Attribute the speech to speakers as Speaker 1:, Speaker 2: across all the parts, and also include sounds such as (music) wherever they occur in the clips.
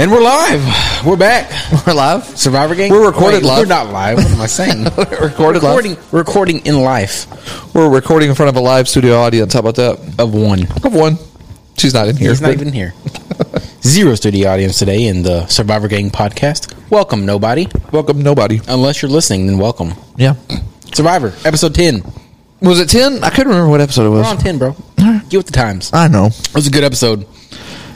Speaker 1: And we're live. We're back.
Speaker 2: We're live.
Speaker 1: Survivor Gang.
Speaker 2: We're recorded
Speaker 1: Wait,
Speaker 2: live.
Speaker 1: We're not live. What am I (laughs) saying?
Speaker 2: Recorded live.
Speaker 1: recording, Recording in life
Speaker 2: We're recording in front of a live studio audience. How about that?
Speaker 1: of one.
Speaker 2: Of one. She's not in here.
Speaker 1: He's not
Speaker 2: but-
Speaker 1: even here. (laughs) Zero studio audience today in the Survivor Gang podcast. Welcome, nobody.
Speaker 2: Welcome, nobody.
Speaker 1: Unless you're listening, then welcome.
Speaker 2: Yeah.
Speaker 1: Survivor, episode 10.
Speaker 2: Was it 10? I couldn't remember what episode it
Speaker 1: We're on
Speaker 2: was.
Speaker 1: 10, bro. Get with the times.
Speaker 2: I know.
Speaker 1: It was a good episode.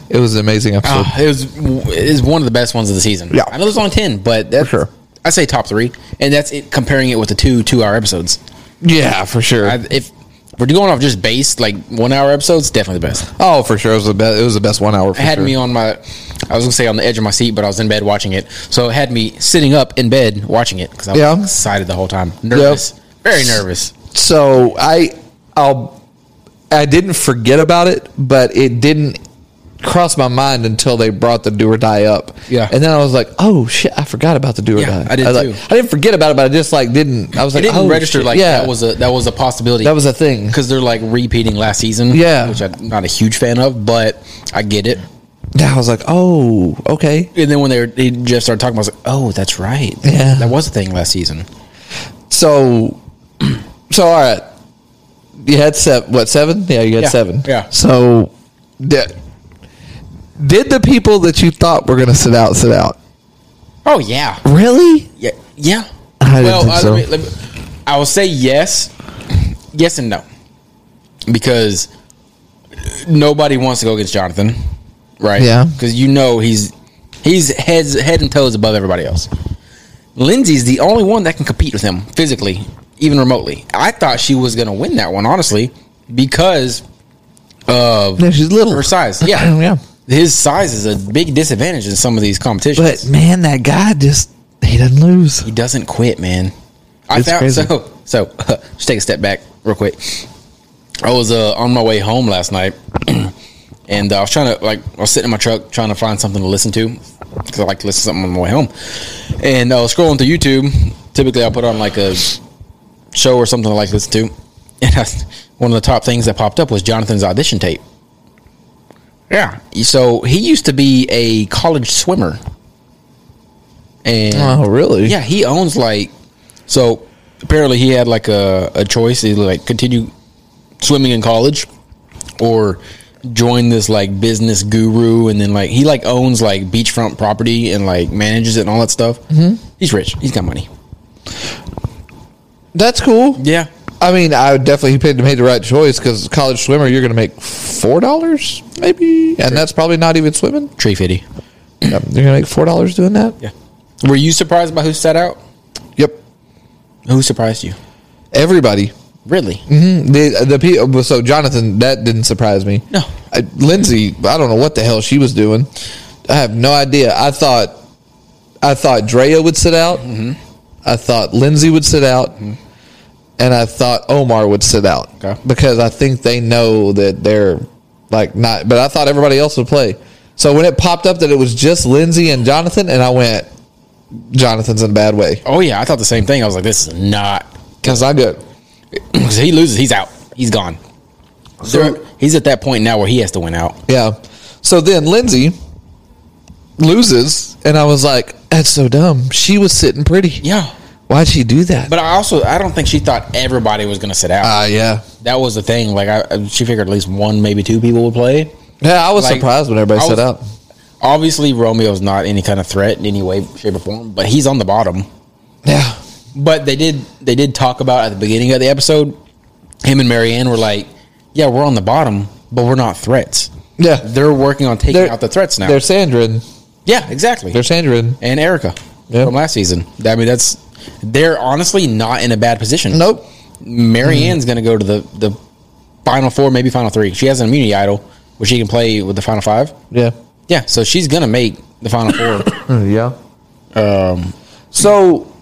Speaker 2: It was an amazing episode.
Speaker 1: Ah, it, was, it was one of the best ones of the season.
Speaker 2: Yeah.
Speaker 1: I know it's on 10, but that's.
Speaker 2: sure.
Speaker 1: I say top three, and that's it, comparing it with the two two-hour episodes.
Speaker 2: yeah, for sure.
Speaker 1: I, if we're going off just base, like one-hour episodes, definitely the best.
Speaker 2: oh, for sure. It was the best. It was the best one hour. For
Speaker 1: It had
Speaker 2: sure.
Speaker 1: me on my I was gonna say on the edge of my seat, but I was in bed watching it. So it had me sitting up in bed watching it because I was
Speaker 2: Yeah.
Speaker 1: excited the whole time, nervous, very nervous.
Speaker 2: so I, I'll, I didn't forget about it, but it didn't cross my mind until they brought the do or die up.
Speaker 1: Yeah.
Speaker 2: and then I was like, oh shit, I forgot about the do or
Speaker 1: Yeah,
Speaker 2: die.
Speaker 1: I did
Speaker 2: was
Speaker 1: too.
Speaker 2: Like, I didn't forget about it, but I just like didn't. I was
Speaker 1: It
Speaker 2: like,
Speaker 1: didn't
Speaker 2: oh,
Speaker 1: register
Speaker 2: shit,
Speaker 1: like
Speaker 2: yeah,
Speaker 1: that was a that was a possibility.
Speaker 2: that was a thing.
Speaker 1: because they're like repeating last season.
Speaker 2: Yeah.
Speaker 1: which I'm not a huge fan of, but I get it.
Speaker 2: I was like, oh, okay.
Speaker 1: And then when they, were, they just started talking, I was like, oh, that's right.
Speaker 2: Yeah.
Speaker 1: that was a thing last season.
Speaker 2: So, (clears throat) so all right. You had seven. What seven? Yeah, you had
Speaker 1: Yeah,
Speaker 2: seven.
Speaker 1: yeah.
Speaker 2: So, did, did the people that you thought were going to sit out sit out?
Speaker 1: Oh yeah,
Speaker 2: Really?
Speaker 1: yeah, yeah. uh,
Speaker 2: I didn't think so.
Speaker 1: let me, I will say yes, yes and no, because nobody wants to go against Jonathan, right?
Speaker 2: Yeah.
Speaker 1: because you know he's he's heads head and toes above everybody else. Lindsay's the only one that can compete with him physically, even remotely. I thought she was going to win that one, honestly, because of
Speaker 2: No, she's little. (laughs)
Speaker 1: her size. Yeah,
Speaker 2: yeah.
Speaker 1: His size is a big disadvantage in some of these competitions
Speaker 2: But man, that guy just—he doesn't lose.
Speaker 1: he doesn't quit, man. I
Speaker 2: It's
Speaker 1: found
Speaker 2: crazy.
Speaker 1: so so. (laughs) just take a step back real quick. I was uh, on my way home last night, (clears throat) and uh, I was trying to like I was sitting in my truck trying to find something to listen to because I like to listen to something on my way home. And I was scrolling through YouTube. Typically, I put on like a show or something I like to listen to, (laughs) and I, one of the top things that popped up was Jonathan's audition tape. Yeah. So he used to be a college swimmer. And
Speaker 2: Oh, really?
Speaker 1: yeah, he owns like so apparently he had like a, a choice either like continue swimming in college or join this like business guru and then like he like owns like beachfront property and like manages it and all that stuff. Mm-hmm. He's rich. He's got money.
Speaker 2: that's cool.
Speaker 1: Yeah.
Speaker 2: I mean, I would definitely paid made the right choice because college swimmer, you're going to make four dollars maybe, and that's probably not even swimming.
Speaker 1: Tree fitty.
Speaker 2: Yeah, you're going to make four dollars doing that.
Speaker 1: Yeah. Were you surprised by who sat out?
Speaker 2: Yep.
Speaker 1: Who surprised you?
Speaker 2: Everybody.
Speaker 1: Really?
Speaker 2: Mm, The the people. So Jonathan, that didn't surprise me.
Speaker 1: No.
Speaker 2: I, Lindsay, I don't know what the hell she was doing. I have no idea. I thought, I thought Drea would sit out.
Speaker 1: Mm-hmm.
Speaker 2: I thought Lindsay would sit out, and I thought Omar would sit out
Speaker 1: Okay.
Speaker 2: because I think they know that they're like not. But I thought everybody else would play. So when it popped up that it was just Lindsay and Jonathan, and I went, Jonathan's in a bad way
Speaker 1: Oh yeah, I thought the same thing. I was like, this is not (clears throat)
Speaker 2: because I go,
Speaker 1: because he loses, he's out. He's gone. There- he's at that point now where he has to win out.
Speaker 2: Yeah. So then Lindsay loses, and I was like, "That's so dumb." She was sitting pretty.
Speaker 1: Yeah.
Speaker 2: Why'd she do that?
Speaker 1: But I also I don't think she thought everybody was going to sit out.
Speaker 2: Ah, yeah.
Speaker 1: that was the thing. Like I, I- she figured at least one, maybe two people would play.
Speaker 2: Yeah, I was
Speaker 1: Like,
Speaker 2: surprised when everybody
Speaker 1: I
Speaker 2: set
Speaker 1: was-
Speaker 2: up.
Speaker 1: Obviously, Romeo's not any kind of threat in any way, shape, or form. But he's on the bottom.
Speaker 2: Yeah.
Speaker 1: But they did they did talk about at the beginning of the episode. Him and Marianne were like, "Yeah, we're on the bottom, but we're not threats.
Speaker 2: Yeah.
Speaker 1: They're working on taking out the threats now."
Speaker 2: They're Sandrin.
Speaker 1: Yeah, exactly.
Speaker 2: They're Sandrin.
Speaker 1: and Erica
Speaker 2: Yeah.
Speaker 1: from last season. I mean, that's they're honestly not in a bad position.
Speaker 2: Nope.
Speaker 1: Marianne's going to go to the the final four, maybe final three. She has an immunity idol where she can play with the final five.
Speaker 2: Yeah.
Speaker 1: Yeah, so she's going to make the final (coughs) four.
Speaker 2: Yeah. Um.
Speaker 1: Um,
Speaker 2: So,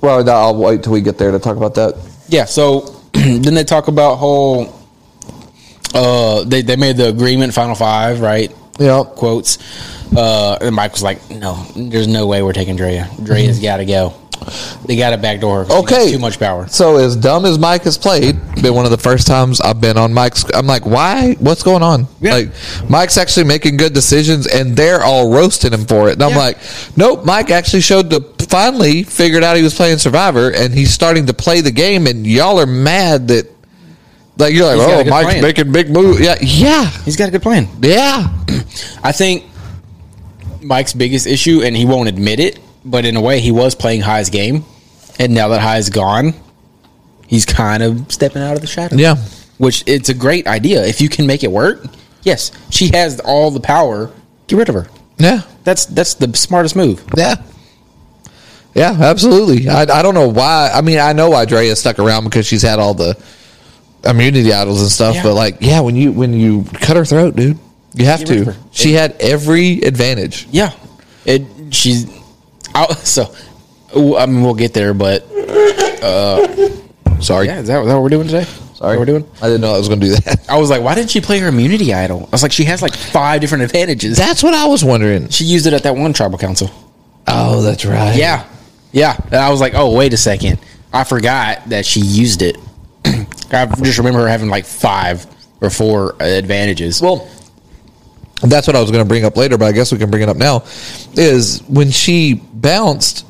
Speaker 2: well, no, I'll wait till we get there to talk about that.
Speaker 1: yeah, so (clears throat) then they talk about whole. Uh, they they made the agreement final five right
Speaker 2: Yeah.
Speaker 1: quotes. Uh, and Mike was like, "No, there's no way we're taking Drea. Drea's got to go." They got to backdoor. her 'cause she got
Speaker 2: Okay.
Speaker 1: too much power.
Speaker 2: So as dumb as Mike has played, been one of the first times I've been on Mike's. I'm like, why? What's going on?
Speaker 1: Yeah.
Speaker 2: Like, Mike's actually making good decisions, and they're all roasting him for it. And I'm
Speaker 1: Yeah.
Speaker 2: like, nope. Mike actually showed to finally figured out he was playing Survivor, and he's starting to play the game. And y'all are mad that, like, you're like,
Speaker 1: He's got a
Speaker 2: oh,
Speaker 1: good
Speaker 2: Mike's
Speaker 1: plan."
Speaker 2: making big moves. Yeah, yeah,
Speaker 1: He's got a good plan.
Speaker 2: yeah.
Speaker 1: I think Mike's biggest issue, and he won't admit it, but in a way, he was playing High's game, and now that High's gone, he's kind of stepping out of the shadow.
Speaker 2: Yeah.
Speaker 1: which it's a great idea if you can make it work. Yes, she has all the power. Get rid of her.
Speaker 2: Yeah.
Speaker 1: That's that's the smartest move.
Speaker 2: Yeah. Yeah, absolutely. I, I don't know why. I mean, I know why Drea stuck around because she's had all the immunity idols and stuff.
Speaker 1: Yeah.
Speaker 2: But like, yeah, when you when you cut her throat, dude, you have
Speaker 1: Get rid of
Speaker 2: to.
Speaker 1: her.
Speaker 2: She had every advantage.
Speaker 1: Yeah, it. She's out. (laughs) So, ooh, I mean, we'll get there, but
Speaker 2: Sorry,
Speaker 1: yeah, is that, is that what we're doing today?
Speaker 2: sorry,
Speaker 1: What we're doing.
Speaker 2: I didn't know I was going to do that. (laughs)
Speaker 1: I was like, why didn't she play her immunity idol? I was like, she has like five different advantages.
Speaker 2: That's what I was wondering.
Speaker 1: she used it at that one tribal council.
Speaker 2: Oh, that's right.
Speaker 1: Yeah, yeah. And I was like, oh, wait a second, I forgot that she used it. (clears throat) I just remember her having like five or four advantages. Well,
Speaker 2: that's what I was going to bring up later, but I guess we can bring it up now. Is when she bounced,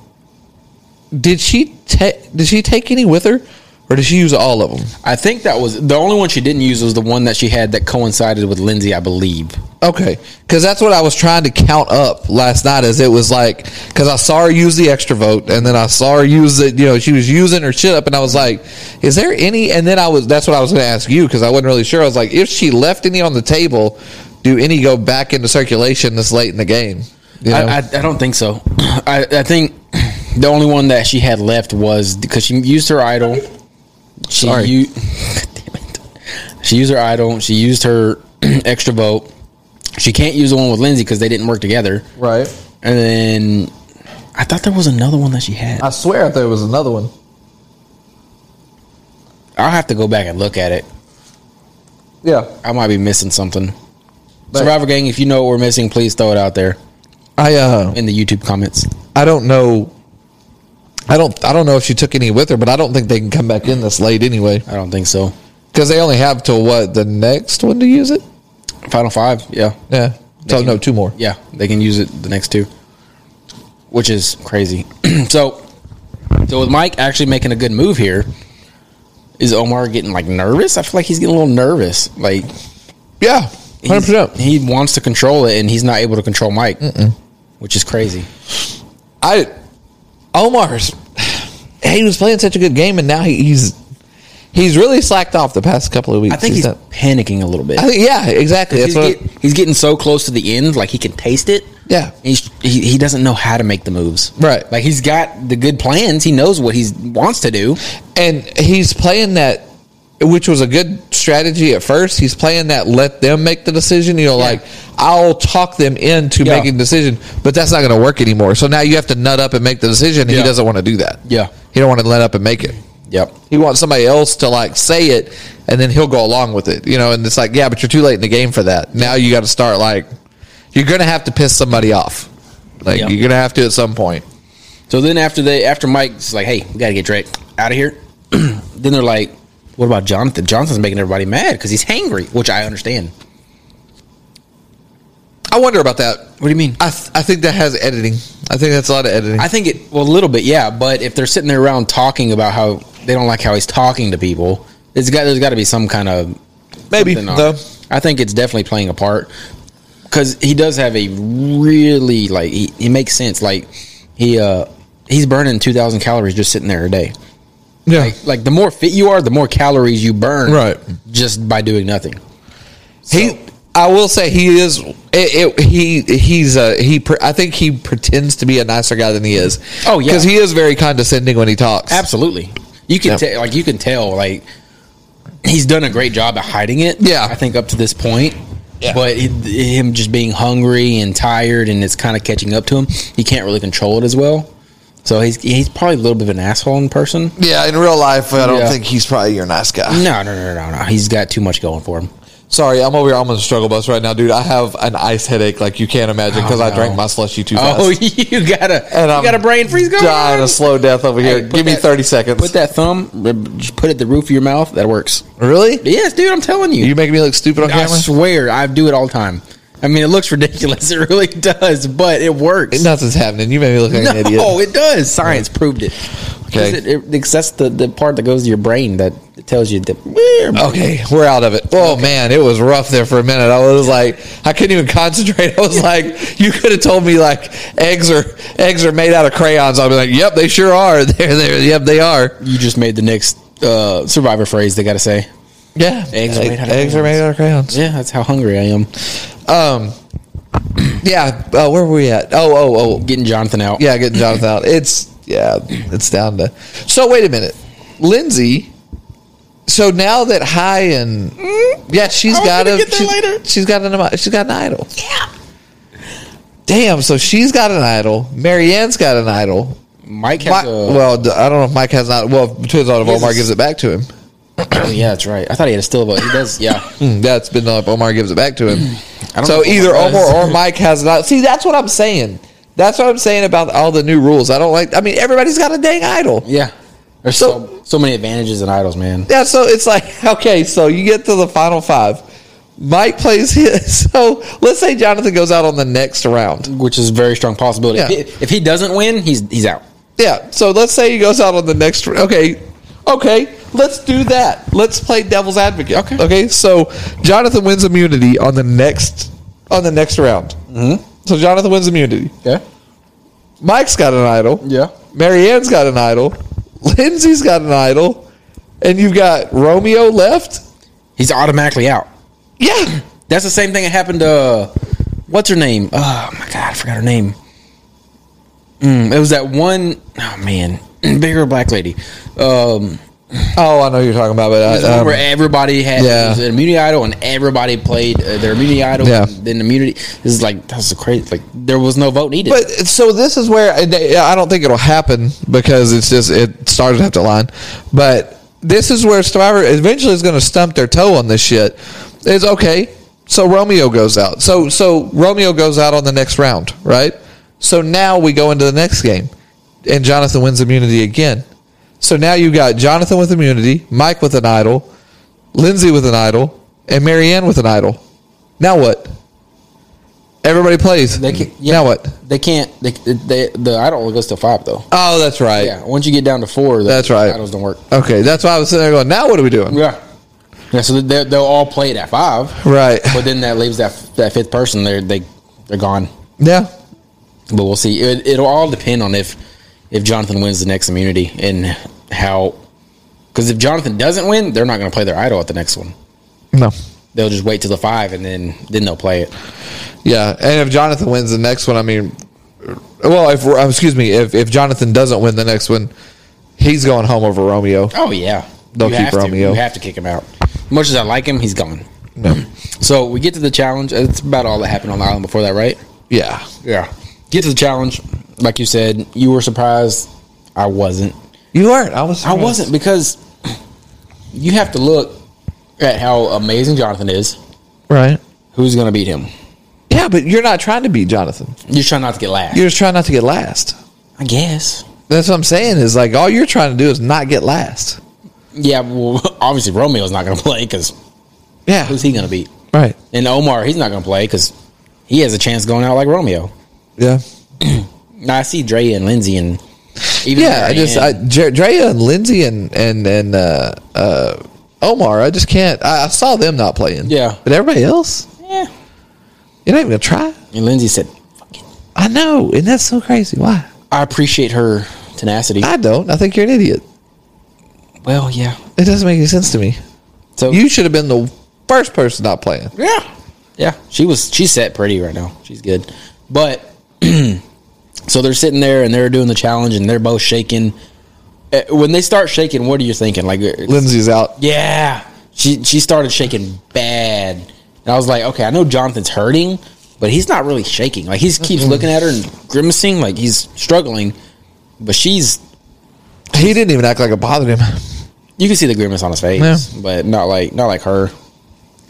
Speaker 2: did she ta- did she take any with her, or did she use all of them?
Speaker 1: I think that was the only one she didn't use was the one that she had that coincided with Lindsay, I believe.
Speaker 2: Okay, because that's what I was trying to count up last night. Is it was like because I saw her use the extra vote, and then I saw her use it. You know, she was using her shit up, and I was like, "Is there any?" And then I was that's what I was going to ask you because I wasn't really sure. I was like, "If she left any on the table, do any go back into circulation this late in the game?" You know?
Speaker 1: I, I, I don't think so. (clears throat) I, I think (clears throat) the only one that she had left was because she used her idol. She
Speaker 2: Sorry.
Speaker 1: u- (laughs) Damn it. She used her idol. She used her (clears throat) extra vote. She can't use the one with Lindsay because they didn't work together.
Speaker 2: right.
Speaker 1: And then I thought there was another one that she had.
Speaker 2: I swear, if there was another one,
Speaker 1: I'll have to go back and look at it.
Speaker 2: yeah,
Speaker 1: I might be missing something.
Speaker 2: But-
Speaker 1: Survivor Gang, if you know what we're missing, please throw it out there
Speaker 2: I uh,
Speaker 1: in the YouTube comments.
Speaker 2: I don't know. I don't. I don't know if she took any with her, but I don't think they can come back in this late anyway.
Speaker 1: I don't think so.
Speaker 2: Because they only have till what the next one to use it.
Speaker 1: Final five, yeah.
Speaker 2: Yeah. So no, two more.
Speaker 1: Yeah, they can use it the next two, which is crazy. (clears throat) so, so with Mike actually making a good move here, is Omar getting like nervous? I feel like he's getting a little nervous. Like
Speaker 2: Yeah, hundred
Speaker 1: he's-
Speaker 2: percent.
Speaker 1: he wants to control it, and he's not able to control Mike, which is crazy.
Speaker 2: I Omar's. He was playing such a good game, and now he, he's he's really slacked off the past couple of weeks.
Speaker 1: I think he's
Speaker 2: not-
Speaker 1: panicking a little bit.
Speaker 2: I think yeah, exactly. That's
Speaker 1: He's,
Speaker 2: what,
Speaker 1: get- he's getting so close to the end, like he can taste it.
Speaker 2: Yeah.
Speaker 1: he's, he he doesn't know how to make the moves.
Speaker 2: Right.
Speaker 1: like he's got the good plans. He knows what he wants to do.
Speaker 2: and he's playing that, which was a good strategy at first. He's playing that let them make the decision. You know,
Speaker 1: Yeah.
Speaker 2: like I'll talk them into
Speaker 1: Yeah.
Speaker 2: making the decision, but that's not going to work anymore. So now you have to nut up and make the decision. and He
Speaker 1: Yeah.
Speaker 2: doesn't want to do that.
Speaker 1: Yeah.
Speaker 2: he don't want to let up and make it.
Speaker 1: Yep.
Speaker 2: He wants somebody else to like say it, and then he'll go along with it, you know. And it's like, yeah, but you're too late in the game for that. Now you got to start like, you're gonna have to piss somebody off. Like
Speaker 1: Yeah.
Speaker 2: you're gonna have to at some point.
Speaker 1: So then after they after Mike's like, hey, we gotta get Drake out of here. (clears throat) then they're like, what about Jonathan? Jonathan's making everybody mad because he's hangry, which I understand.
Speaker 2: I wonder about that.
Speaker 1: What do you mean? I,
Speaker 2: I th- I think that has editing. I think that's a lot of editing.
Speaker 1: I think it well a little bit, yeah. But if they're sitting there around talking about how they don't like how he's talking to people, it's got there's got to be some kind of
Speaker 2: Maybe
Speaker 1: something on
Speaker 2: though.
Speaker 1: it. I think it's definitely playing a part because he does have a really like he, he makes sense like he uh he's burning two thousand calories just sitting there a day.
Speaker 2: Yeah.
Speaker 1: Like, like the more fit you are, the more calories you burn,
Speaker 2: Right.
Speaker 1: Just by doing nothing.
Speaker 2: He, I will say, he is. It, it, he he's a he. Pre- I think he pretends to be a nicer guy than he is.
Speaker 1: Oh, yeah.
Speaker 2: because he is very condescending when he talks.
Speaker 1: Absolutely, you can
Speaker 2: Yeah.
Speaker 1: tell. Like you can tell. Like he's done a great job at hiding it.
Speaker 2: Yeah.
Speaker 1: I think up to this point.
Speaker 2: Yeah.
Speaker 1: But it, him just being hungry and tired, and it's kind of catching up to him. He can't really control it as well. So he's he's probably a little bit of an asshole in person.
Speaker 2: Yeah, in real life, I don't
Speaker 1: Yeah.
Speaker 2: think he's probably your nice guy.
Speaker 1: No, no, no, no, no. He's got too much going for him.
Speaker 2: Sorry, I'm over here. I'm on the struggle bus right now, dude. I have an ice headache like you can't imagine because
Speaker 1: Oh,
Speaker 2: I drank
Speaker 1: no.
Speaker 2: my slushy too fast.
Speaker 1: Oh, (laughs) you got a
Speaker 2: and
Speaker 1: you
Speaker 2: I'm
Speaker 1: got a brain freeze going.
Speaker 2: dying
Speaker 1: on?
Speaker 2: a slow death over here.
Speaker 1: Hey, put
Speaker 2: Give me
Speaker 1: that-
Speaker 2: 30 seconds.
Speaker 1: Put that thumb, r- just put it at the roof of your mouth. That works.
Speaker 2: really?
Speaker 1: Yes, dude, I'm telling you.
Speaker 2: You making me look stupid on
Speaker 1: I
Speaker 2: camera?
Speaker 1: swear, I do it all the time. I mean, it looks ridiculous. (laughs) It really does, but it works.
Speaker 2: Nothing's happening. You made me look like
Speaker 1: No,
Speaker 2: an idiot.
Speaker 1: it does. Science proved it.
Speaker 2: Okay.
Speaker 1: 'Cause It, it, because that's the, the part that goes to your brain that tells you that. Oh,
Speaker 2: Okay, we're out of it. Oh man, it was rough there for a minute. I was like, I couldn't even concentrate. (laughs) I was like, you could have told me like eggs are eggs are made out of crayons. I'll be like, yep, they sure are. (laughs) They're there. Yep, they are.
Speaker 1: you just made the next uh, survivor phrase they got to say.
Speaker 2: Yeah,
Speaker 1: Eggs are
Speaker 2: Like,
Speaker 1: made out of
Speaker 2: eggs are made out of crayons.
Speaker 1: Yeah, that's how hungry I am.
Speaker 2: Um, (clears throat) yeah. Uh, where were we at? Oh, oh, oh.
Speaker 1: Getting Jonathan out.
Speaker 2: Yeah, getting Jonathan out. It's yeah, it's down to. So wait a minute, Lindsay. So now that high and yeah, she's
Speaker 1: Mm-hmm. I was
Speaker 2: got
Speaker 1: gonna
Speaker 2: a
Speaker 1: get there
Speaker 2: she's-
Speaker 1: later.
Speaker 2: she's got an she's got an idol. Yeah. Damn. So she's got an idol. Marianne's got an idol.
Speaker 1: Mike
Speaker 2: Mi-
Speaker 1: has a.
Speaker 2: well, d- I don't know if Mike has not. Well, turns out if
Speaker 1: His
Speaker 2: Omar
Speaker 1: is-
Speaker 2: gives it back to him.
Speaker 1: oh, yeah, that's (laughs) right. I thought he had a syllable. He does. (laughs) Yeah.
Speaker 2: Mm, That's been up. Omar gives it back
Speaker 1: (clears throat)
Speaker 2: to him.
Speaker 1: don't
Speaker 2: So
Speaker 1: know if Omar
Speaker 2: either
Speaker 1: does.
Speaker 2: Omar or Mike has not. See, that's what I'm saying. That's what I'm saying about all the new rules. I don't like. I mean, everybody's got a dang idol.
Speaker 1: Yeah. There's
Speaker 2: So-
Speaker 1: so, so, many advantages and idols, man.
Speaker 2: Yeah. So it's like, (laughs) okay, so you get to the final five. Mike plays his. (laughs) So let's say Jonathan goes out on the next round.
Speaker 1: Which is a very strong possibility.
Speaker 2: Yeah.
Speaker 1: If, he, if he doesn't win, he's he's out.
Speaker 2: Yeah. So let's say he goes out on the next. Okay. Okay. Let's do that. Let's play devil's advocate.
Speaker 1: Okay.
Speaker 2: Okay. So Jonathan wins immunity on the next on the next round. Mm-hmm. So Jonathan wins immunity.
Speaker 1: Yeah.
Speaker 2: Mike's got an idol.
Speaker 1: Yeah.
Speaker 2: Marianne's got an idol. (laughs) Lindsay's got an idol. And you've got Romeo left?
Speaker 1: He's automatically out.
Speaker 2: Yeah.
Speaker 1: That's the same thing that happened to uh, what's her name? Oh my god, I forgot her name. Mm, it was that one oh man, (clears throat) bigger black lady. Um,
Speaker 2: Oh, I know who you're talking about, but
Speaker 1: it was
Speaker 2: I,
Speaker 1: one
Speaker 2: um,
Speaker 1: where everybody had
Speaker 2: yeah.
Speaker 1: it was an immunity idol, and everybody played uh, their immunity idol.
Speaker 2: Yeah.
Speaker 1: and then immunity. This is like that's the crazy. Like there was no vote needed.
Speaker 2: but so this is where and they- I don't think it'll happen because it's just it started after line. But this is where Survivor eventually is going to stump their toe on this shit. It's okay. So Romeo goes out. So so Romeo goes out on the next round, right? So now we go into the next game, and Jonathan wins immunity again. So now you got Jonathan with immunity, Mike with an idol, Lindsay with an idol, and Marianne with an idol. Now what? Everybody plays.
Speaker 1: they can't,
Speaker 2: Now what?
Speaker 1: They can't. They, they the idol goes to five though.
Speaker 2: Oh, that's right.
Speaker 1: Yeah, once you get down to four, the
Speaker 2: That's right.
Speaker 1: Idols don't work.
Speaker 2: Okay, that's why I was sitting there going, now what are we doing?
Speaker 1: Yeah, yeah. So they, they'll all play it at five.
Speaker 2: Right.
Speaker 1: But then that leaves that that fifth person. They're they they're gone.
Speaker 2: (laughs) Yeah.
Speaker 1: But we'll see. It, it'll all depend on if if Jonathan wins the next immunity and how. Because if Jonathan doesn't win, they're not going to play their idol at the next one.
Speaker 2: No.
Speaker 1: They'll just wait till the five and then then they'll play it.
Speaker 2: Yeah, and if Jonathan wins the next one, I mean, well, if um, excuse me, if, if Jonathan doesn't win the next one, he's going home over Romeo.
Speaker 1: Oh yeah,
Speaker 2: They'll
Speaker 1: You
Speaker 2: keep
Speaker 1: have to.
Speaker 2: Romeo.
Speaker 1: You have to kick him out. Much as I like him, he's gone.
Speaker 2: No.
Speaker 1: So we get to the challenge. It's about all that happened on the island before that, right?
Speaker 2: Yeah.
Speaker 1: Yeah. Get to the challenge. Like you said, you were surprised. I wasn't.
Speaker 2: You weren't. I was.
Speaker 1: I wasn't because you have to look at how amazing Jonathan is.
Speaker 2: Right.
Speaker 1: Who's going to beat him?
Speaker 2: Yeah, but you're not trying to beat Jonathan.
Speaker 1: You're trying not to get last.
Speaker 2: You're just trying not to get last.
Speaker 1: I guess.
Speaker 2: That's what I'm saying. Is like all you're trying to do is not get last.
Speaker 1: Yeah. Well, (laughs) obviously Romeo's not going to play because
Speaker 2: Yeah.
Speaker 1: who's he going to beat?
Speaker 2: Right.
Speaker 1: And Omar, he's not going to play because he has a chance going out like Romeo.
Speaker 2: Yeah.
Speaker 1: Now I see Dre and Lindsay and even
Speaker 2: Yeah, I
Speaker 1: Marianne.
Speaker 2: just I, Dre- Drea and Lindsay and and and uh, uh, Omar. I just can't. I, I saw them not playing.
Speaker 1: Yeah.
Speaker 2: but everybody else,
Speaker 1: yeah.
Speaker 2: you're not even gonna try.
Speaker 1: And Lindsay said, Fuck it.
Speaker 2: I know, and that's so crazy. Why?
Speaker 1: "I appreciate her tenacity."
Speaker 2: I don't. I think you're an idiot.
Speaker 1: well, yeah.
Speaker 2: It doesn't make any sense to me.
Speaker 1: So
Speaker 2: You should have been the first person not playing.
Speaker 1: Yeah. Yeah. She was she's set pretty right now. She's good. But (clears throat) so they're sitting there and they're doing the challenge and they're both shaking. Eh, When they start shaking, what are you thinking? Like it's-
Speaker 2: Lindsay's out.
Speaker 1: Yeah. She she started shaking bad. And I was like, okay, I know Jonathan's hurting, but he's not really shaking. Like he keeps looking at her and grimacing, like he's struggling. But she's
Speaker 2: He didn't even act like it bothered him.
Speaker 1: you can see the grimace on his face.
Speaker 2: Yeah.
Speaker 1: But not like not like her.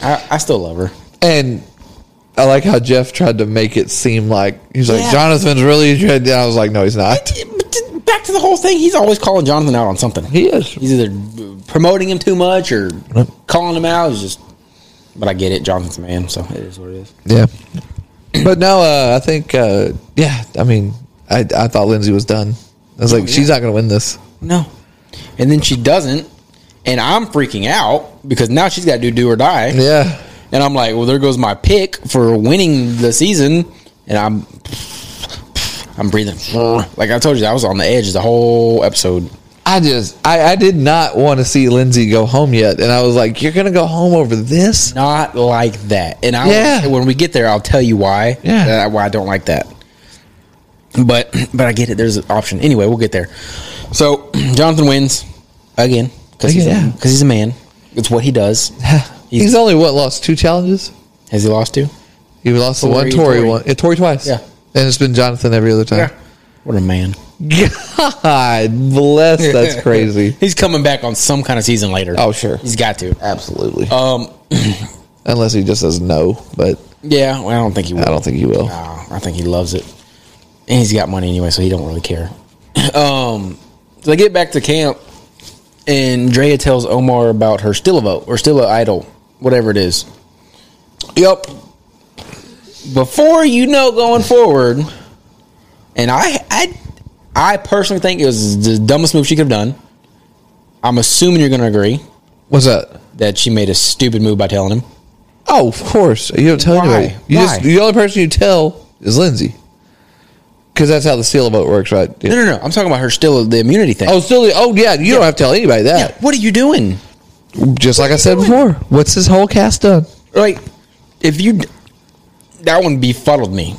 Speaker 1: I, I still love her.
Speaker 2: And I like how Jeff tried to make it seem like he's like
Speaker 1: Yeah.
Speaker 2: Jonathan's really. And I was like, no, he's not.
Speaker 1: But back to the whole thing, he's always calling Jonathan out on something.
Speaker 2: He is.
Speaker 1: He's either promoting him too much or calling him out. It's just, but I get it. Jonathan's a man, so it is what it is.
Speaker 2: Yeah. But no, uh, I think uh, yeah. I mean, I I thought Lindsay was done. I was like, she's not going to win this.
Speaker 1: No. And then she doesn't, and I'm freaking out because now she's got to do do or die.
Speaker 2: Yeah.
Speaker 1: And I'm like, well, there goes my pick for winning the season, and I'm, I'm breathing. Like I told you, I was on the edge the whole episode.
Speaker 2: I just I, I did not want to see Lindsay go home yet, and I was like, you're going to go home over (sighs) this?
Speaker 1: Not like that. And I,
Speaker 2: Yeah.
Speaker 1: when we get there, I'll tell you why.
Speaker 2: Yeah.
Speaker 1: that- why I don't like that. But (clears throat) but I get it. There's an option. Anyway, we'll get there. So (clears throat) Jonathan wins again because he's, a-
Speaker 2: Yeah.
Speaker 1: 'cause he's a man. It's what he does.
Speaker 2: (laughs) He's, only what lost two challenges.
Speaker 1: Has he lost two?
Speaker 2: He lost the
Speaker 1: Tory,
Speaker 2: one Tory,
Speaker 1: Tory.
Speaker 2: one, yeah, Tory twice.
Speaker 1: Yeah.
Speaker 2: and it's been Jonathan every other time.
Speaker 1: What a man.
Speaker 2: God bless, (laughs) that's crazy.
Speaker 1: (laughs) He's coming back on some kind of season later.
Speaker 2: Oh, sure.
Speaker 1: He's got to.
Speaker 2: Absolutely,
Speaker 1: Um,
Speaker 2: unless he just says no, but
Speaker 1: yeah, well, I don't think he will.
Speaker 2: I don't think he will.
Speaker 1: Nah, Uh, I think he loves it, and he's got money anyway, so he don't really care. (coughs) um, so they get back to camp, and Drea tells Omar about her still a vote or still a idol, whatever it is. Yep. Before you know going forward, and I, I, I personally think it was the dumbest move she could have done. I'm assuming you're going to agree
Speaker 2: What's that?
Speaker 1: that she made a stupid move by telling him.
Speaker 2: Oh, of course. You don't tell
Speaker 1: Why?
Speaker 2: anybody. You just
Speaker 1: Why?
Speaker 2: the only person you tell is Lindsay. Because that's how the seal vote works, right?
Speaker 1: No, no, no. I'm talking about her still the immunity thing.
Speaker 2: Oh, still. Oh, yeah. You don't have to tell anybody
Speaker 1: yeah.
Speaker 2: that.
Speaker 1: What are you doing?
Speaker 2: Just like I said before. What's his whole cast
Speaker 1: (clears throat)
Speaker 2: done?
Speaker 1: like if you that one befuddled me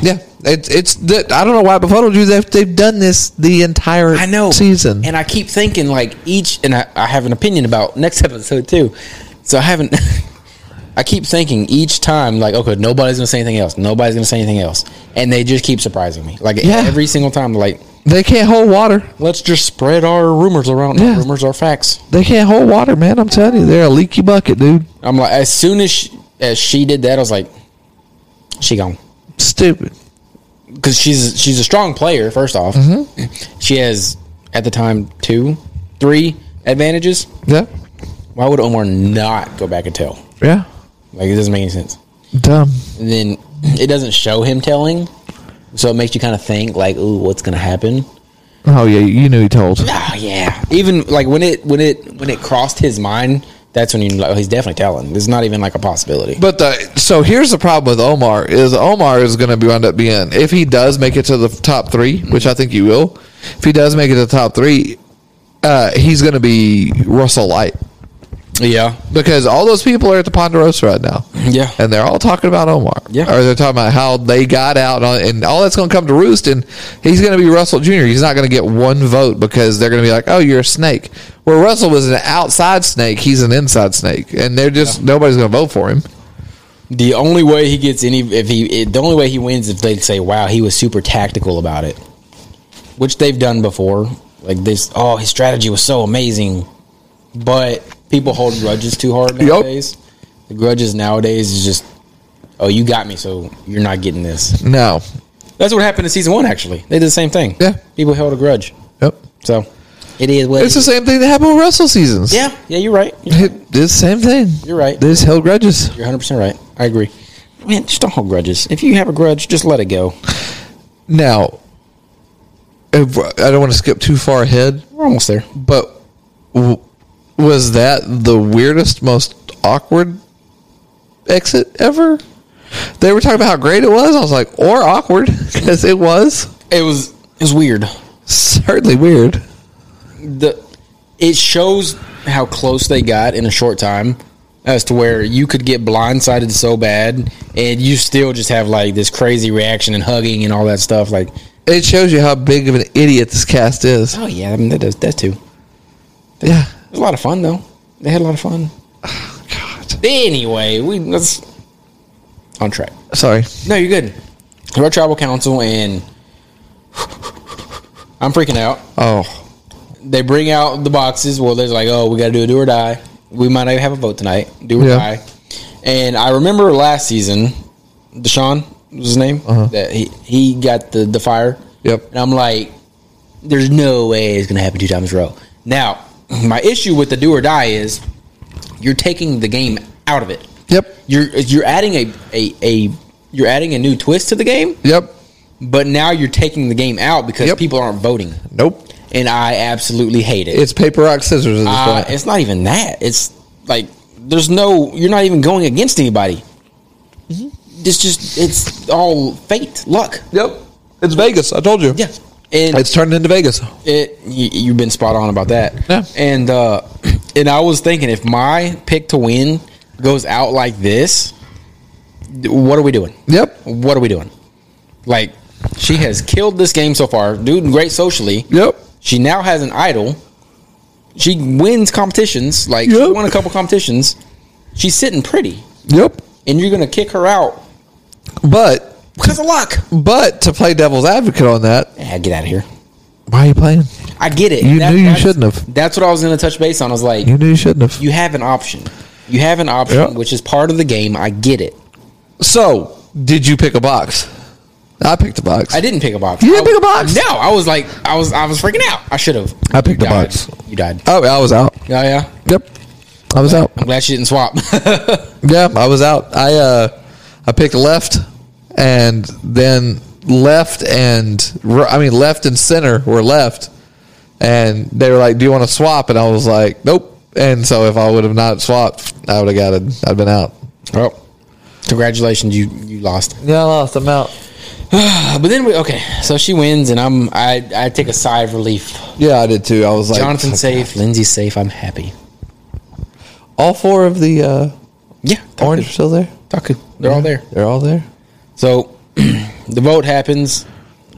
Speaker 2: Yeah, it's it's. that I don't know why it befuddled you. They've they've done this the entire
Speaker 1: i know
Speaker 2: season.
Speaker 1: and i keep thinking like each and i, I have an opinion about next (laughs) episode too so i haven't (laughs) i keep thinking each time like okay nobody's gonna say anything else nobody's gonna say anything else and they just keep surprising me like
Speaker 2: Yeah.
Speaker 1: every single time like
Speaker 2: they can't hold water.
Speaker 1: let's just spread our rumors around
Speaker 2: Yeah.
Speaker 1: Not rumors are facts
Speaker 2: They can't hold water, man. I'm telling you, they're a leaky bucket, dude.
Speaker 1: i'm like as soon as she, as she did that i was like she gone
Speaker 2: Stupid.
Speaker 1: because she's she's a strong player. First off, she has at the time two, three advantages.
Speaker 2: Yeah,
Speaker 1: Why would Omar not go back and tell?
Speaker 2: yeah.
Speaker 1: Like it doesn't make any sense.
Speaker 2: Dumb.
Speaker 1: And then it doesn't show him telling, so it makes you kind of think like, "Ooh, what's gonna happen?"
Speaker 2: Oh yeah, you knew he
Speaker 1: (laughs)
Speaker 2: told.
Speaker 1: Oh yeah. Even like when it when it when it crossed his mind, that's when you know he's definitely telling. There's not even like a possibility.
Speaker 2: But the so here's the problem with Omar is Omar is going to be wound up being if he does make it to the top three,
Speaker 1: Mm-hmm.
Speaker 2: which I think he will. If he does make it to the top three, uh, he's going to be Russell Light
Speaker 1: Yeah,
Speaker 2: because all those people are at the Ponderosa right now.
Speaker 1: Yeah.
Speaker 2: and they're all talking about Omar.
Speaker 1: Yeah.
Speaker 2: or they're talking about how they got out, and all- and all that's going to come to roost. And he's going to be Russell Junior. He's not going to get one vote because they're going to be like, "Oh, you're a snake." Where Russell was an outside snake, he's an inside snake, and they're just nobody's going to vote for him.
Speaker 1: the only way he gets any if he it, the only way he wins if they say wow he was super tactical about it which they've done before like this oh his strategy was so amazing but people hold grudges too hard nowadays the grudges nowadays is just oh you got me so you're not getting this
Speaker 2: No,
Speaker 1: that's what happened in season one actually they did the same thing
Speaker 2: Yeah.
Speaker 1: people held a grudge
Speaker 2: yep.
Speaker 1: so it is what it
Speaker 2: It's the
Speaker 1: is.
Speaker 2: same thing that happened with Russell seasons.
Speaker 1: yeah yeah you're right you're
Speaker 2: It- it's the same thing.
Speaker 1: You're right.
Speaker 2: They just held grudges.
Speaker 1: you're 100% right i agree man just don't hold grudges if you have a grudge just let it go
Speaker 2: Now, if, I don't want to skip too far ahead,
Speaker 1: we're almost there
Speaker 2: but w- was that the weirdest, most awkward exit ever? They were talking about how great it was. I was like, or awkward, (laughs) because it was
Speaker 1: it was it was weird.
Speaker 2: certainly weird.
Speaker 1: The it shows how close they got in a short time as to where you could get blindsided so bad and you still just have like this crazy reaction and hugging and all that stuff like
Speaker 2: It shows you how big of an idiot this cast is.
Speaker 1: oh yeah, I mean that does that too. It
Speaker 2: Yeah.
Speaker 1: was a lot of fun though. They had a lot of fun.
Speaker 2: God.
Speaker 1: Anyway, we let's on track.
Speaker 2: Sorry.
Speaker 1: No, you're good. We're at tribal council and (sighs) I'm freaking out.
Speaker 2: Oh.
Speaker 1: They bring out the boxes. Well, they're like, oh, we got to oh, do a do or die. we might not have a vote tonight. Do or
Speaker 2: Yeah.
Speaker 1: die. And I remember last season, Deshaun was his name.
Speaker 2: Uh-huh.
Speaker 1: That he he got the the fire.
Speaker 2: Yep.
Speaker 1: And I'm like, there's no way it's gonna happen two times in a row. Now, my issue with the do or die is you're taking the game out of it.
Speaker 2: Yep.
Speaker 1: You're you're adding a, a, a you're adding a new twist to the game,
Speaker 2: Yep.
Speaker 1: but now you're taking the game out because
Speaker 2: Yep.
Speaker 1: people aren't voting.
Speaker 2: Nope.
Speaker 1: And I absolutely hate it.
Speaker 2: It's paper, rock, scissors at this
Speaker 1: Uh,
Speaker 2: point.
Speaker 1: it's not even that. It's like there's no. You're not even going against anybody. Mm-hmm. It's just it's all fate, luck.
Speaker 2: Yep. It's Vegas. I told you.
Speaker 1: Yeah, and
Speaker 2: It's turned into Vegas.
Speaker 1: it you, you've been spot on about that.
Speaker 2: Yeah.
Speaker 1: And uh, (clears throat) and I was thinking if my pick to win goes out like this, what are we doing?
Speaker 2: Yep.
Speaker 1: What are we doing? Like she has killed this game so far, doing great socially.
Speaker 2: Yep.
Speaker 1: She now has an idol. She wins competitions. Like she
Speaker 2: Yep.
Speaker 1: won a couple competitions. She's sitting pretty,
Speaker 2: Yep.
Speaker 1: and you're gonna kick her out
Speaker 2: But
Speaker 1: because of luck.
Speaker 2: but to play devil's advocate on that,
Speaker 1: Yeah, get out of here.
Speaker 2: why are you playing?
Speaker 1: I get it.
Speaker 2: You knew you
Speaker 1: that's-
Speaker 2: shouldn't have.
Speaker 1: That's what I was gonna touch base on. I was like,
Speaker 2: You knew you shouldn't have.
Speaker 1: you have an option. You have an option,
Speaker 2: Yep.
Speaker 1: which is part of the game. I get it.
Speaker 2: So did you pick a box? I picked a box.
Speaker 1: I didn't pick a box.
Speaker 2: You didn't
Speaker 1: I-
Speaker 2: pick a box?
Speaker 1: No, I was like, I was, I was freaking out. I should have.
Speaker 2: I picked
Speaker 1: You
Speaker 2: a
Speaker 1: died.
Speaker 2: box.
Speaker 1: You died.
Speaker 2: oh, I was out.
Speaker 1: Yeah, yeah.
Speaker 2: Yep. I was out.
Speaker 1: I'm glad she didn't swap. (laughs)
Speaker 2: Yeah, I was out. I uh, I picked left, and then left and r- I mean left and center were left, and they were like, "Do you want to swap?" And I was like, "Nope." And so if I would have not swapped, I would have got it. I'd been out.
Speaker 1: well, Oh. congratulations, you you lost.
Speaker 2: Yeah, I lost. I'm out.
Speaker 1: Uh, But then we okay, so she wins, and I'm I, I take a sigh of relief.
Speaker 2: Yeah, I did too. I was like,
Speaker 1: Jonathan safe, Lindsay safe. I'm happy.
Speaker 2: All four of the uh,
Speaker 1: Yeah,
Speaker 2: orange are still there.
Speaker 1: Taku, they're all there.
Speaker 2: They're all there.
Speaker 1: So (clears throat) the vote happens.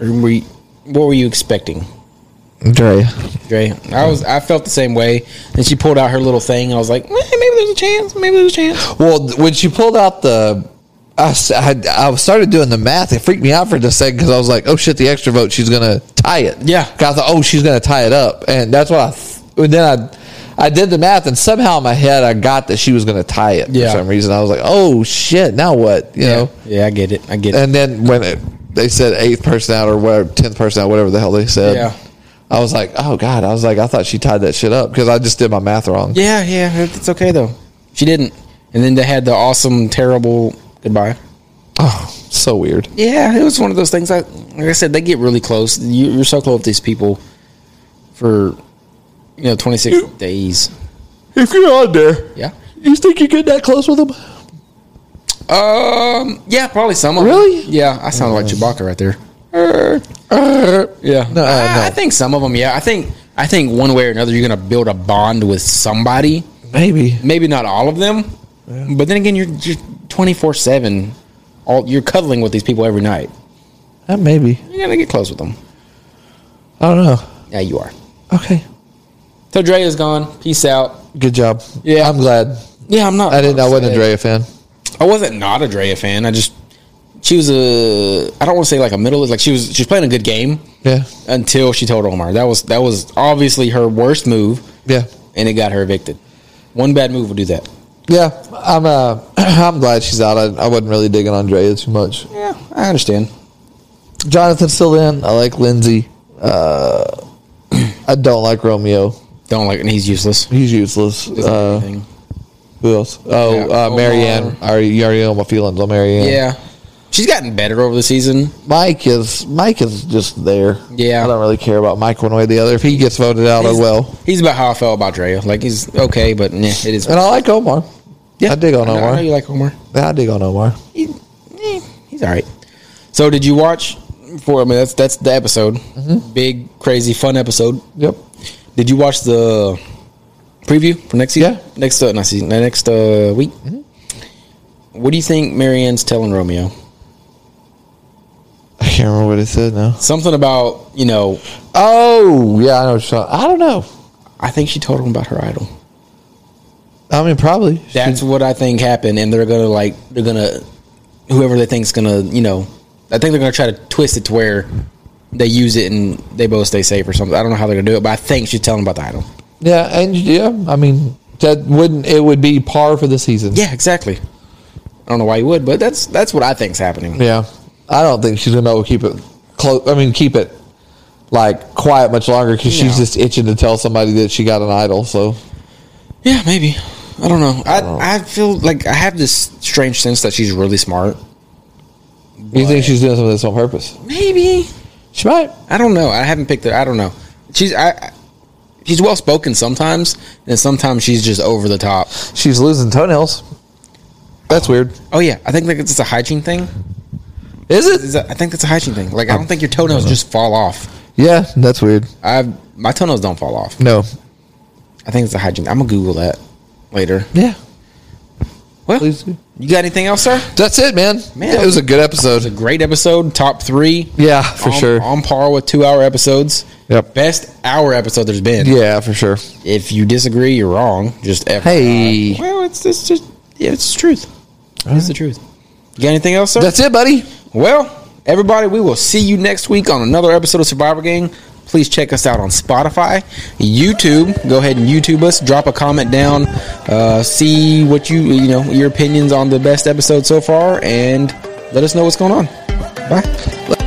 Speaker 1: We, what were you expecting,
Speaker 2: Dre.
Speaker 1: Dre? I was I felt the same way. And she pulled out her little thing, and I was like, "Eh, maybe there's a chance. Maybe there's a chance.
Speaker 2: Well, th- when she pulled out the, I, s- I- I started doing the math. It freaked me out for just a second because I was like, oh shit, the extra vote, she's gonna tie it.
Speaker 1: Yeah.
Speaker 2: 'Cause I thought, oh, she's gonna tie it up, and that's what I. Th- and then I, I did the math, and somehow in my head I got that she was gonna tie it
Speaker 1: Yeah.
Speaker 2: for some reason. I was like, oh shit, now what? You know.
Speaker 1: yeah, I get it. I get it.
Speaker 2: And then when it, they said eighth person out or whatever, tenth person out, whatever the hell they said.
Speaker 1: Yeah.
Speaker 2: I was like, oh god! I was like, I thought she tied that shit up because I just did my math wrong.
Speaker 1: Yeah, yeah, it- it's okay though. She didn't. And then they had the awesome, terrible goodbye.
Speaker 2: Oh, so weird.
Speaker 1: Yeah, it was one of those things. I, like I said, they get really close. You, you're so close with these people for you know 26 days.
Speaker 2: If you're on there,
Speaker 1: Yeah.
Speaker 2: You think you get that close with him?
Speaker 1: Um. Yeah, probably some. Of
Speaker 2: Really?
Speaker 1: Them. Yeah, I sound like Chewbacca right there. Yeah.
Speaker 2: No, uh,
Speaker 1: I,
Speaker 2: no.
Speaker 1: I think some of them. Yeah, I think I think one way or another you're gonna build a bond with somebody.
Speaker 2: Maybe.
Speaker 1: Maybe not all of them, but then again, you're you're 24 seven. All you're cuddling with these people every night.
Speaker 2: Uh, maybe.
Speaker 1: You're gonna get close with them.
Speaker 2: I don't know.
Speaker 1: Yeah, you are.
Speaker 2: Okay.
Speaker 1: So Dre is gone. Peace out.
Speaker 2: Good job.
Speaker 1: Yeah.
Speaker 2: I'm glad.
Speaker 1: Yeah, I'm not.
Speaker 2: I didn't. I wasn't a
Speaker 1: upset.
Speaker 2: Drea fan.
Speaker 1: I wasn't not a Drea fan. I just she was a. I don't want to say like a middle. Like she was she was playing a good game
Speaker 2: Yeah.
Speaker 1: until she told Omar. That was that was obviously her worst move,
Speaker 2: Yeah.
Speaker 1: and it got her evicted. One bad move will do that.
Speaker 2: Yeah. I'm. Uh, (clears throat) I'm glad she's out. I, I wasn't really digging on Drea too much.
Speaker 1: Yeah, I understand.
Speaker 2: Jonathan's still in. I like Lindsay. Uh, (clears throat) I don't like Romeo.
Speaker 1: Don't like, and he's useless.
Speaker 2: He's useless.
Speaker 1: Doesn't do
Speaker 2: Uh,
Speaker 1: anything.
Speaker 2: who else? Oh,
Speaker 1: Yeah,
Speaker 2: uh, Marianne.
Speaker 1: Omar.
Speaker 2: I already, you already know my feelings on Marianne.
Speaker 1: yeah, she's gotten better over the season.
Speaker 2: Mike is Mike is just there.
Speaker 1: Yeah.
Speaker 2: I don't really care about Mike one way or the other. If he gets voted out, oh
Speaker 1: He's-
Speaker 2: well.
Speaker 1: He's about how I felt about Drea. Like he's okay, but meh, it is.
Speaker 2: And I like Omar. I dig on
Speaker 1: know- I
Speaker 2: Omar.
Speaker 1: know you like Omar.
Speaker 2: Yeah, I dig on Omar.
Speaker 1: He, eh, he's all right. So did you watch? For I mean, that's that's the episode. Big crazy fun episode.
Speaker 2: Yep.
Speaker 1: Did you watch the preview for next season?
Speaker 2: Yeah.
Speaker 1: Next uh, not season, uh, next uh, week. What do you think Marianne's telling Romeo?
Speaker 2: I can't remember what it said now.
Speaker 1: Something about you know.
Speaker 2: Oh yeah, I know. What you're talking- I don't know.
Speaker 1: I think she told him about her idol.
Speaker 2: I mean, probably. She-
Speaker 1: That's what I think happened, and they're gonna like they're gonna whoever they think's gonna you know. I think they're gonna try to twist it to where they use it and they both stay safe or something. I don't know how they're gonna do it, but I think she's telling him about the idol.
Speaker 2: yeah, and yeah, I mean, That wouldn't it would be par for the season.
Speaker 1: Yeah, exactly. I don't know why you would, but that's that's what I think's happening.
Speaker 2: Yeah. I don't think she's gonna be able to keep it close. I mean, keep it like quiet much longer because she's
Speaker 1: No.
Speaker 2: just itching to tell somebody that she got an idol. So
Speaker 1: Yeah, maybe. I don't know. I I feel like I have this strange sense that she's really smart.
Speaker 2: you think she's doing some of this on purpose?
Speaker 1: Maybe.
Speaker 2: She might.
Speaker 1: I don't know. I haven't picked her. I don't know. She's I. I She's well spoken sometimes, and sometimes she's just over the top.
Speaker 2: She's losing toenails. That's weird.
Speaker 1: Oh yeah, I think like it's a hygiene thing.
Speaker 2: Is
Speaker 1: Is
Speaker 2: it?
Speaker 1: that, I think that's a hygiene thing. Like I don't think your toenails
Speaker 2: Uh-huh.
Speaker 1: just fall off.
Speaker 2: Yeah, that's weird.
Speaker 1: I my toenails don't fall off.
Speaker 2: No.
Speaker 1: I think it's a hygiene. I'm gonna Google that later.
Speaker 2: Yeah.
Speaker 1: Well,
Speaker 2: Please do.
Speaker 1: you got anything else, sir?
Speaker 2: That's it, man.
Speaker 1: Man.
Speaker 2: It was a good episode.
Speaker 1: Great episode, top three.
Speaker 2: Yeah, for
Speaker 1: on,
Speaker 2: sure.
Speaker 1: on par with two hour episodes.
Speaker 2: Yep.
Speaker 1: best hour episode there's been.
Speaker 2: Yeah, for sure.
Speaker 1: If you disagree, you're wrong. Just F-
Speaker 2: Hey.
Speaker 1: well, it's, it's just yeah, it's the truth. It's the truth. You got anything else, sir?
Speaker 2: That's it, buddy.
Speaker 1: Well, everybody, we will see you next week on another episode of Survivor Gang. Please check us out on Spotify, YouTube. Go ahead and YouTube us. Drop a comment down. Uh, see what you you know your opinions on the best episode so far, and let us know what's going on. Bye.